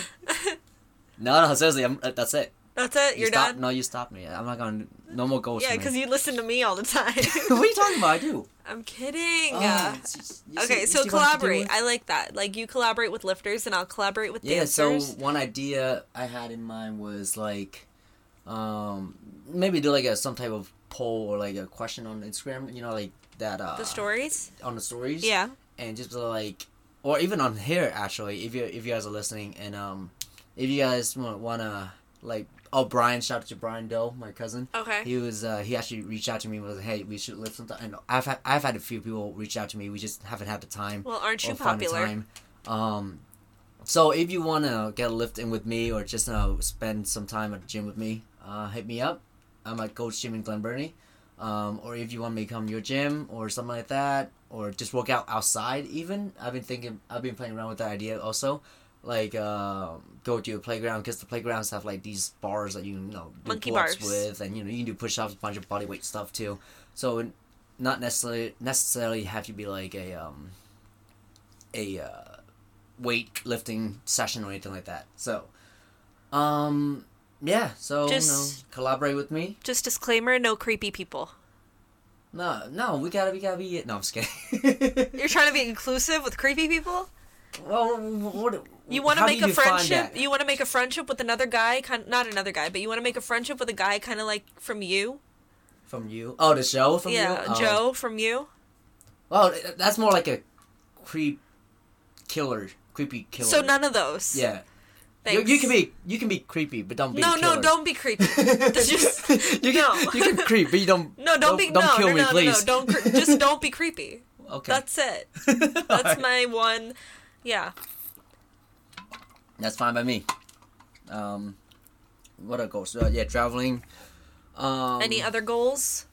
no, no, seriously, I'm, uh, that's it.
That's it.
You
You're
stop,
done.
No, you stopped me. I'm not going. to No more goals.
Yeah,
for
because
me.
you listen to me all the
what are you
time.
talking about? I do.
I'm kidding.
Ah,
Uh,
it's just- you see-
okay,
you
so
see what I have to do
collaborate.
with-
I like that. Like you collaborate with lifters, and I'll collaborate with
Yeah, so
dancers.
one idea I had in mind was like, um, maybe do like a some type of poll or like a question on Instagram. You know, like that. Uh,
the stories.
on the stories.
Yeah.
and just like or even on here actually if you if you guys are listening and um if you guys want to like oh brian shout out to brian doe my cousin
Okay.
he was uh he actually reached out to me and was hey we should live sometime and i've had i've had a few people reach out to me we just haven't had the time
well, aren't you
or found the
popular?
time. um so if you want to get a lift in with me or just uh, spend some time at the gym with me uh hit me up i'm at coach jim in glen burnie um, or if you want me to come to your gym or something like that, or just work out outside. Even I've been thinking, I've been playing around with that idea also, like uh, go to a playground because the playgrounds have like these bars that you, you know do
Monkey
pull-ups
bars.
with, and you know you can do push-ups, a bunch of body weight stuff too. So not necessarily necessarily have to be like a um, a uh, weight lifting session or anything like that. So, um, yeah. So you
Just-
know, collaborate with me.
Just disclaimer: no creepy people.
No, no, we gotta, we gotta be. No, I'm just kidding.
You're trying to be inclusive with creepy people.
well, what?
You want to
how
make
do
a
you define
friendship.
that?
You want to make a friendship with another guy, kind not another guy, but you want to make a friendship with a guy, kind of like from you.
from you? Oh, the show from
yeah,
you. Oh.
Joe from you.
Well, th- that's more like a creep killer, creepy killer.
So none of those.
Yeah, you,
Thanks.
you can be, you can be creepy, but don't be.
No,
a
no,
killer.
don't be creepy. That's just
you can,
no.
you can creep, but you don't.
no, don't, be
Don't
no,
kill
no,
me,
no,
please.
no, no, don't cre- just don't be creepy.
Okay.
That's it.
All
That's
right.
my one. Yeah.
That's fine by me. Um, what are goals? Uh, yeah, traveling. Um,
Any other goals?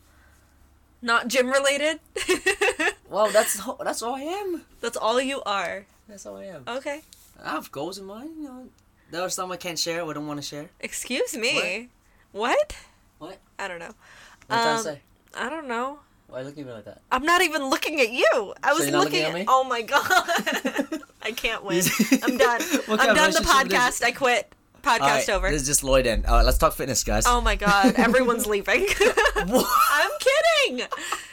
Not gym related.
Well, that's ho- that's all I am.
That's all you are.
That's all I am.
Okay.
I have goals in mind. You know, there are some I can't share. I don't want to share.
Excuse me. What?
What?
I don't know.
What did I
Um,
say?
I don't know.
Why are you looking at me like that?
I'm not even looking at you. I was
you're not looking
looking,
at
at,
me?
Oh my god. I can't win. I'm done.
What kind
I'm
of
done the
relationship
podcast.
is-
I quit. Podcast
Alright,
over.
This is just Lloyd in. All right, let's talk fitness, guys.
Oh my god, everyone's leaving.
What?
I'm kidding.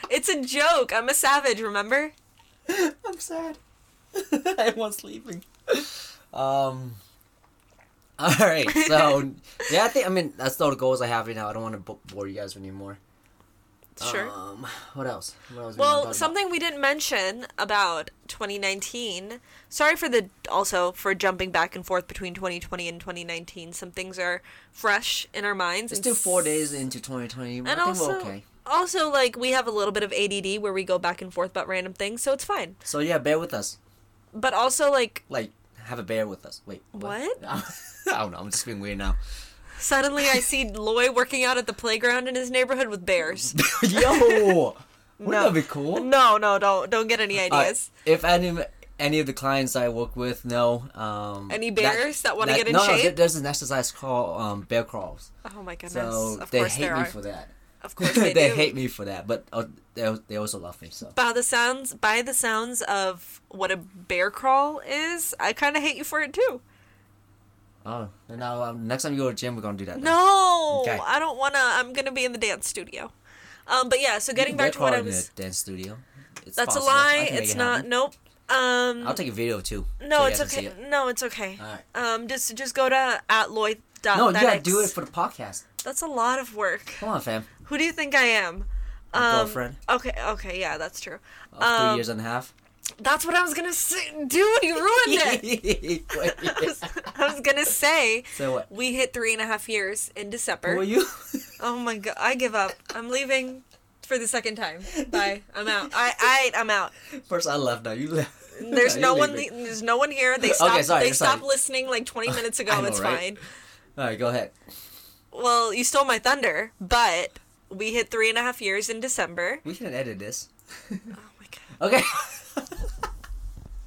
It's a joke. I'm a savage, remember?
I'm sad. Everyone's leaving. Um. All right, so yeah, I think I mean that's all the goals I have right now. I don't want to bo- bore you guys anymore.
Sure.
Um, what else? What else we wanna talk
well,
about?
something we didn't mention about 2019. Sorry for the also for jumping back and forth between 2020 and 2019. Some things are fresh in our minds.
It's
and
still four days into 2020. I
And
think
also,
we're okay.
also like we have a little bit of ADD where we go back and forth about random things, so it's fine.
So yeah, bear with us.
But also like
Like, have a bear with us. Wait.
What?
I don't know. I'm just being weird now.
suddenly I see Loy working out at the playground in his neighborhood with bears.
Yo, wouldn't
No.
that be cool?
No, no, don't don't get any
Uh,
ideas.
if any any of the clients I work with know, um,
Any bears that wanna get in
no, No,
shape?
there- there's an exercise called um, bear crawls.
oh my goodness.
So
of
they
course
hate
there
me
are.
for that.
Of course they, do.
hate me for that, but uh, they they also love me. So
by the sounds by the sounds of what a bear crawl is, I kind of hate you for it too.
oh, and now um, next time you go to the gym, we're gonna do that. then.
No,
Okay.
I don't wanna. I'm gonna be in the dance studio. Um, but yeah, so getting
bear
back to what
crawl
I
in
was.
the dance studio. It's
That's
possible.
a
I
lie.
can make
It's
it
not.
happen.
Nope. Um,
I'll take a video too.
no,
so you
it's
guys can
okay.
see it.
No, it's okay.
Alright.
Um, just just go to at Lloyd.
No, you gotta do it for the podcast.
That's a lot of work.
Come on, fam.
Who do you think I am? Um,
Your girlfriend.
Okay. Okay. Yeah, that's true.
Of
Um,
three years and a half.
That's what I was gonna say, dude. You ruined it. I was, I was gonna say
so what?
we hit three and a half years in
Who
December.
are you?
Oh my god, I give up. I'm leaving for the second time. Bye. I'm out. I I I'm out.
First, I left. Now you left.
There's
Now
no
you're
one. Le-
leaving.
there's no one here. They stopped.
sorry,
they
sorry.
stopped listening like 20 minutes ago.
I know,
it's
right?
fine.
All right, go ahead.
Well, you stole my thunder, but we hit three and a half years in December.
We can edit this.
Oh my god.
Okay.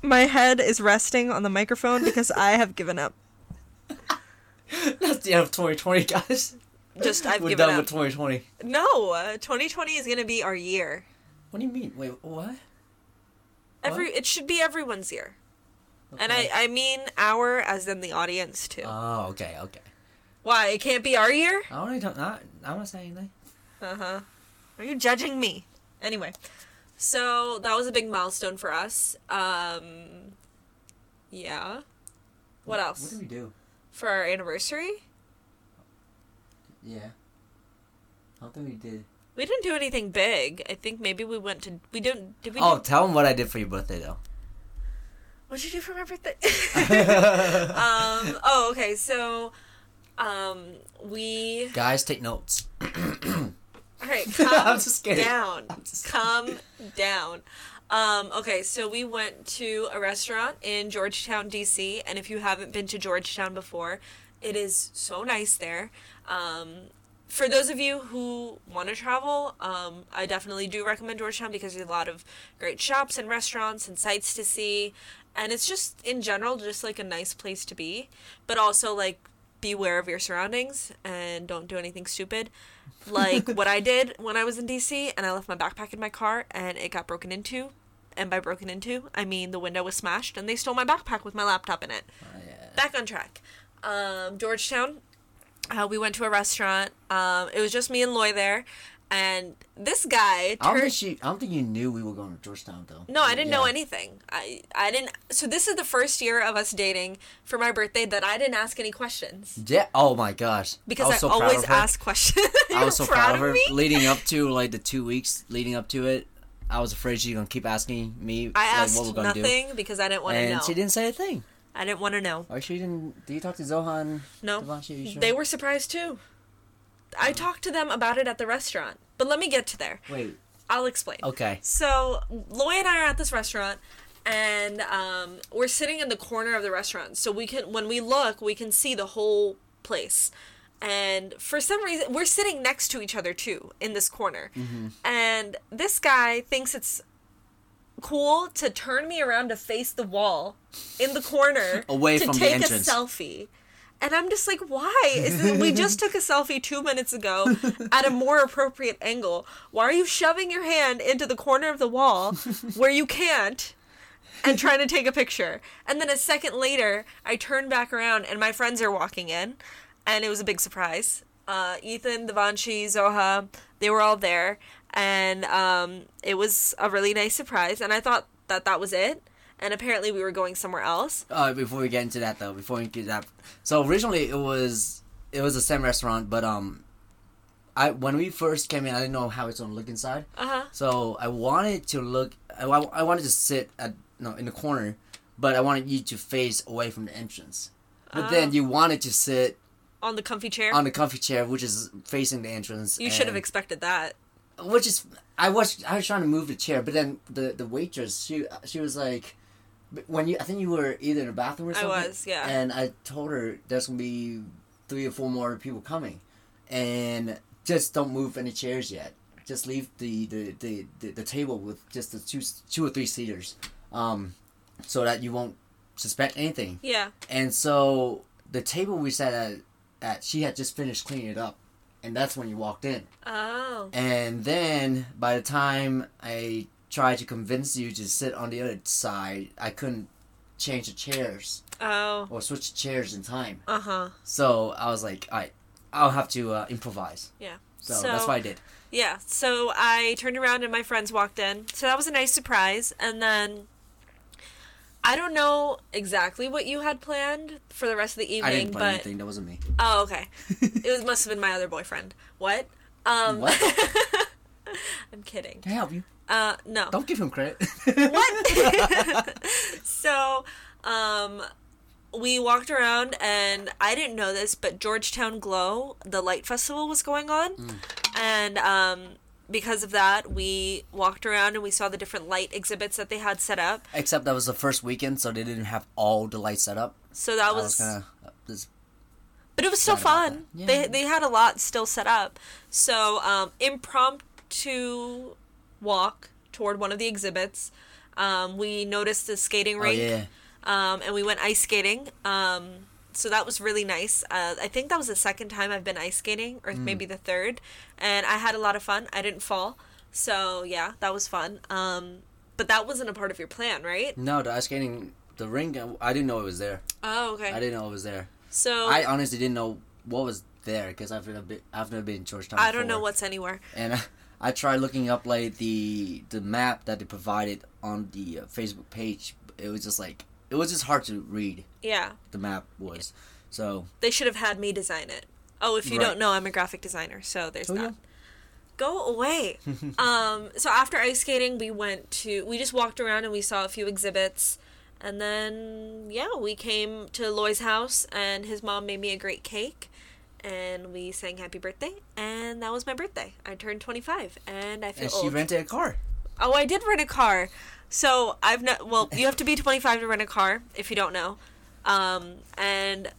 My head is resting on the microphone because I have given up.
That's the end of 2020, guys.
Just I've
We're
given
done
up.
with 2020.
no, uh, 2020 is gonna be our year.
What do you mean? Wait, what?
Every it should be everyone's year, and I
Okay.
I mean our as in the audience too.
Oh, okay, okay.
Why it can't be our year?
I already don't. Not, I'm not saying anything.
Uh huh. Are you judging me? Anyway, so that was a big milestone for us. Um, yeah. What
What did
else
we do?
for our anniversary?
Yeah. I don't think we did.
We didn't do anything big. I think maybe we went to we didn't did we?
Oh,
do-
tell them what I did for your birthday, though.
What'd you do for my birthday? um. Oh, okay. So, um, we.
Guys, take notes.
All right. Calm
I'm just kidding.
down.
I'm just-
Calm down. Um, okay, so we went to a restaurant in Georgetown, D.C., and if you haven't been to Georgetown before, it is so nice there. Um, for those of you who want to travel, um, I definitely do recommend Georgetown because there's a lot of great shops and restaurants and sights to see. And it's just, in general, just like a nice place to be. But also, like, beware of your surroundings and don't do anything stupid. Like what I did when I was in DC and I left my backpack in my car and it got broken into. And by broken into, I mean the window was smashed and they stole my backpack with my laptop in it
Oh, yeah.
back on track. Um, Georgetown, uh, we went to a restaurant. Um, it was just me and Loy there, and this guy.
I don't
tur-
think she. I don't think you knew we were going to Georgetown, though.
no, I didn't know
Yeah.
anything. I I didn't. So this is the first year of us dating for my birthday that I didn't ask any questions
Yeah. Oh my gosh.
because
was
I,
so proud
always
of her.
ask questions.
I was so proud of her.
me.
Leading up to like the two weeks leading up to it, I was afraid she was gonna keep asking me
I
like,
asked
what we're gonna
nothing because I didn't
do,
want to
and
know.
she didn't say a thing.
I didn't want to know.
Or she didn't. Did you talk to Zohan?
No,
Devanshi, you sure? Mm.
they were surprised too. I talked to them about it at the restaurant, but let me get to there.
Wait.
I'll explain.
Okay.
So Loy and I are at this restaurant, and um, we're sitting in the corner of the restaurant, so we can when we look, we can see the whole place. And for some reason, we're sitting next to each other too in this corner,
Mm-hmm.
and this guy thinks it's cool to turn me around to face the wall in the corner
Away
to
from the
take
entrance.
a selfie. And I'm just like, why? Is this, we just took a selfie two minutes ago at a more appropriate angle. Why are you shoving your hand into the corner of the wall where you can't and trying to take a picture? And then a second later, I turn back around and my friends are walking in, and it was a big surprise. Uh, Ethan, Devanshi, Zoha, they were all there, and um, it was a really nice surprise. And I thought that that was it, and apparently we were going somewhere else.
Uh, before we get into that though, before we get that, so originally it was it was the same restaurant, but um, I when we first came in, I didn't know how it's gonna look inside.
Uh huh.
So I wanted to look. I, wa- I wanted to sit at no in the corner, but I wanted you to face away from the entrance. But then you wanted to sit
On the comfy chair.
on the comfy chair, which is facing the entrance.
You should have
and-
expected that.
which is I was I was trying to move the chair, but then the the waitress she she was like, but when you I think you were either in the bathroom or
I
something.
was, yeah.
And I told her there's gonna be three or four more people coming, and just don't move any chairs yet. Just leave the the the, the, the table with just the two two or three seaters, um, so that you won't suspect anything.
Yeah.
And so the table we sat at, at she had just finished cleaning it up, and that's when you walked in.
Oh.
And then by the time I tried to convince you to sit on the other side, I couldn't change the chairs
Oh.
or switch the chairs in time.
Uh huh.
So I was like, all right, I'll have to uh, improvise.
Yeah.
So, that's what I did.
Yeah. So I turned around and my friends walked in. So that was a nice surprise. And then I don't know exactly what you had planned for the rest of the
I
evening,
didn't
but
plan anything. That wasn't me.
oh, okay. it was must have been my other boyfriend. What? Um,
What?
I'm kidding.
Can I help you?
Uh, no.
Don't give him credit.
What? so, um, we walked around, and I didn't know this, but Georgetown Glow, the light festival, was going on,
Mm.
and um, because of that, we walked around and we saw the different light exhibits that they had set up.
Except that was the first weekend, so they didn't have all the lights set up.
So that
I
was,
was gonna. uh, this-
but it was still
Sad about
fun.
that. Yeah.
They they had a lot still set up. So um, impromptu walk toward one of the exhibits. Um, we noticed the skating
oh
rink.
yeah,
um, and we went ice skating. Um, so that was really nice. Uh, I think that was the second time I've been ice skating,
Mm.
or maybe the third, and I had a lot of fun. I didn't fall, so yeah, that was fun. Um, but that wasn't a part of your plan, right?
no, the ice skating, the rink. I I didn't know it was there.
Oh, okay.
I didn't know it was there.
So
I um,
I,
honestly didn't know what was there because I've never been, I've never been in Georgetown.
don't know
before.
what's anywhere.
And I, I tried looking up like the the map that they provided on the uh, Facebook page. It was just like it was just hard to read.
Yeah,
The map was so.
they should have had me design it. Oh, if you
Right.
don't know, I'm a graphic designer, so there's
Oh,
that.
yeah.
go away. um, so after ice skating, we went to we just walked around and we saw a few exhibits, and then yeah, we came to Loy's house and his mom made me a great cake, and we sang happy birthday, and that was my birthday. I turned twenty five, and I feel
And
old.
she rented a car.
Oh, I did rent a car. So I've not. Well, you have to be 25 to rent a car if you don't know. Um, and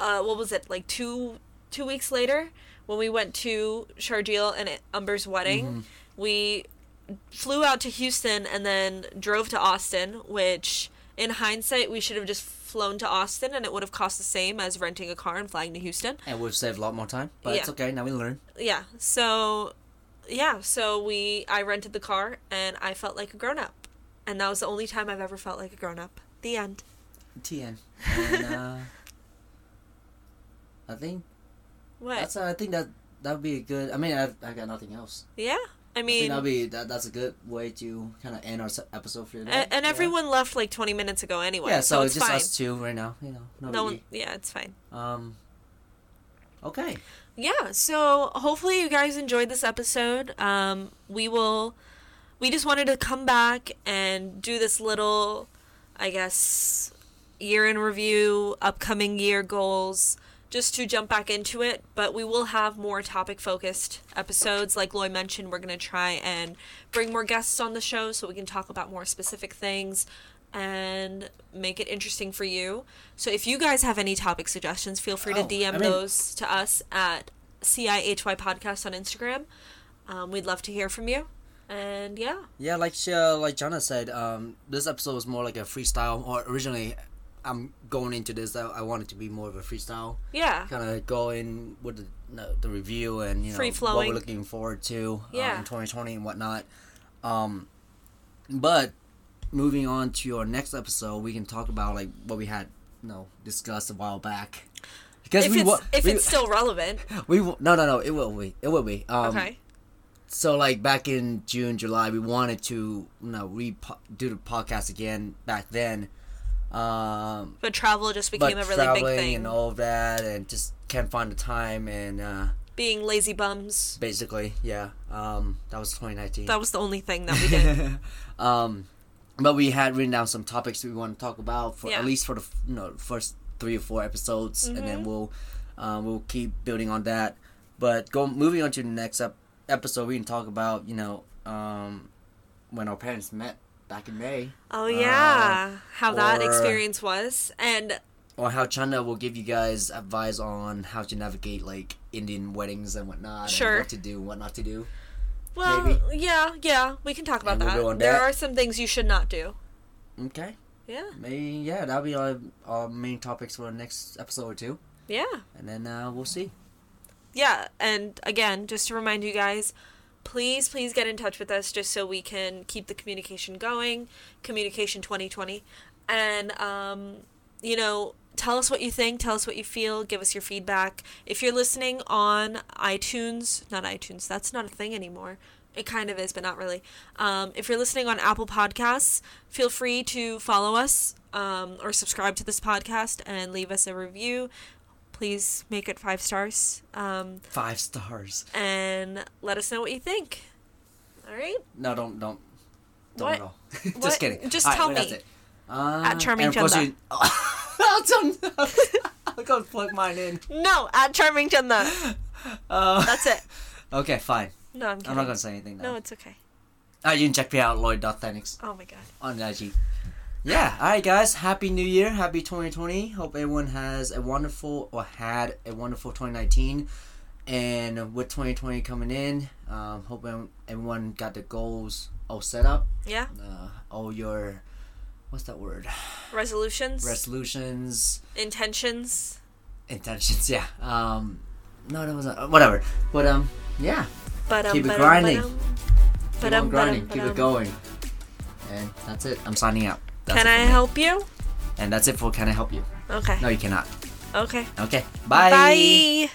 uh, what was it like two two weeks later when we went to Sharjeel and Umber's wedding, we flew out to Houston and then drove to Austin, which in hindsight we should have just flown to Austin and it would have cost the same as renting a car and flying to Houston.
And we've saved a lot more time, but it's
Yeah.
okay. Now we learn.
Yeah. So yeah, so we I rented the car and I felt like a grown up. And that was the only time I've ever felt like a grown up. The end.
TN. And, uh, I think
What?
that's. I think that that would be a good. I mean, I've, I got nothing else.
yeah. I
I think
mean
that'd be that. That's a good way to kind of end our se- episode for
a-
today.
and,
Yeah.
everyone left like 20 minutes ago anyway.
Yeah, so,
so,
it's
it's
just
fine.
us two right now. You know, no,
no
biggie.
one yeah, it's fine.
Um. Okay.
yeah so hopefully you guys enjoyed this episode um, we will we just wanted to come back and do this little i guess year in review upcoming year goals just to jump back into it but we will have more topic focused episodes like loy mentioned we're going to try and bring more guests on the show so we can talk about more specific things and make it interesting for you so if you guys have any topic suggestions feel free to
Oh,
dm
I mean-
those us- to us at CIHY Podcast on Instagram. Um, we'd love to hear from you. And yeah,
Yeah, like she, uh, like Jana said, um, this episode was more like a freestyle. Or originally, I'm going into this. I, I wanted to be more of a freestyle,
yeah,
kind of go in with the, no, the review and you know what
Free-flowing.
we're looking forward to uh,
Yeah.
in 2020 and whatnot. Um, but moving on to our next episode, we can talk about like what we had, you know, discussed a while back. Because
if
we
it's
wa-
if
we,
it's still relevant,
we wa- no no no it will be it will be um,
okay,
so like back in June, July, we wanted to you know re do the podcast again back then, um,
but travel just
but
became a really
traveling
big thing.
and all of that, and just can't find the time, and uh,
Being lazy bums,
basically, yeah, um, that was 2019.
that was the only thing that we did.
um, but we had written down some topics we want to talk about for
Yeah.
at least for the f- you know first three or four episodes, and
Mm-hmm.
then we'll um, we'll keep building on that. But go moving on to the next ep- episode, we can talk about you know um, when our parents met back in May,
oh yeah, how that
Uh, or-
experience was, and
or how Chanda will give you guys advice on how to navigate like Indian weddings and whatnot,
Sure.
and what to do, what not to do.
well,
Maybe.
yeah, yeah, we can talk about
And we'll
that.
go on
there
that.
are some things you should not do.
Okay,
Yeah,
maybe yeah, that'll be our, our main topics for the next episode or two,
yeah.
and then uh, we'll see.
yeah, and again, just to remind you guys, please, please get in touch with us just so we can keep the communication going. Communication 2020. And, um, you know, tell us what you think, tell us what you feel, give us your feedback. If you're listening on iTunes, not iTunes, that's not a thing anymore. It kind of is, but not really. Um, if you're listening on Apple Podcasts, feel free to follow us um, or subscribe to this podcast and leave us a review please make it five stars um,
Five stars.
and let us know what you think. All right.
No, don't don't don't
What?
at all.
What?
just kidding.
Just
All right,
tell
well, that's
me.
it. Uh,
At Charming
and of course
Chanda.
you- I'll tell. I'll go plug mine in.
No, at Charming Chanda.
Uh,
That's it.
Okay, fine.
No, I'm kidding.
I'm not gonna say anything now.
No, it's okay.
Uh, you can check me out, Lloyd.Thenix
Oh my god.
on IG. Yeah, alright guys, happy new year, happy 2020. Hope everyone has a wonderful, or had a wonderful 2019. And with 2020 coming in, um, hope em- everyone got their goals all set up.
Yeah.
Uh, all your, what's that word?
Resolutions.
Resolutions,
intentions.
intentions, yeah. Um, no, that wasn't, uh, whatever. But um, yeah,
But um,
Keep it
ba-dum,
grinding.
ba-dum.
keep
Ba-dum,
on grinding,
ba-dum,
keep it
ba-dum.
going. And that's it, I'm signing out. That's
Can
it
I
for me.
help you?
And that's it for Can I Help You?
Okay.
No, you cannot.
Okay.
Okay.
Bye.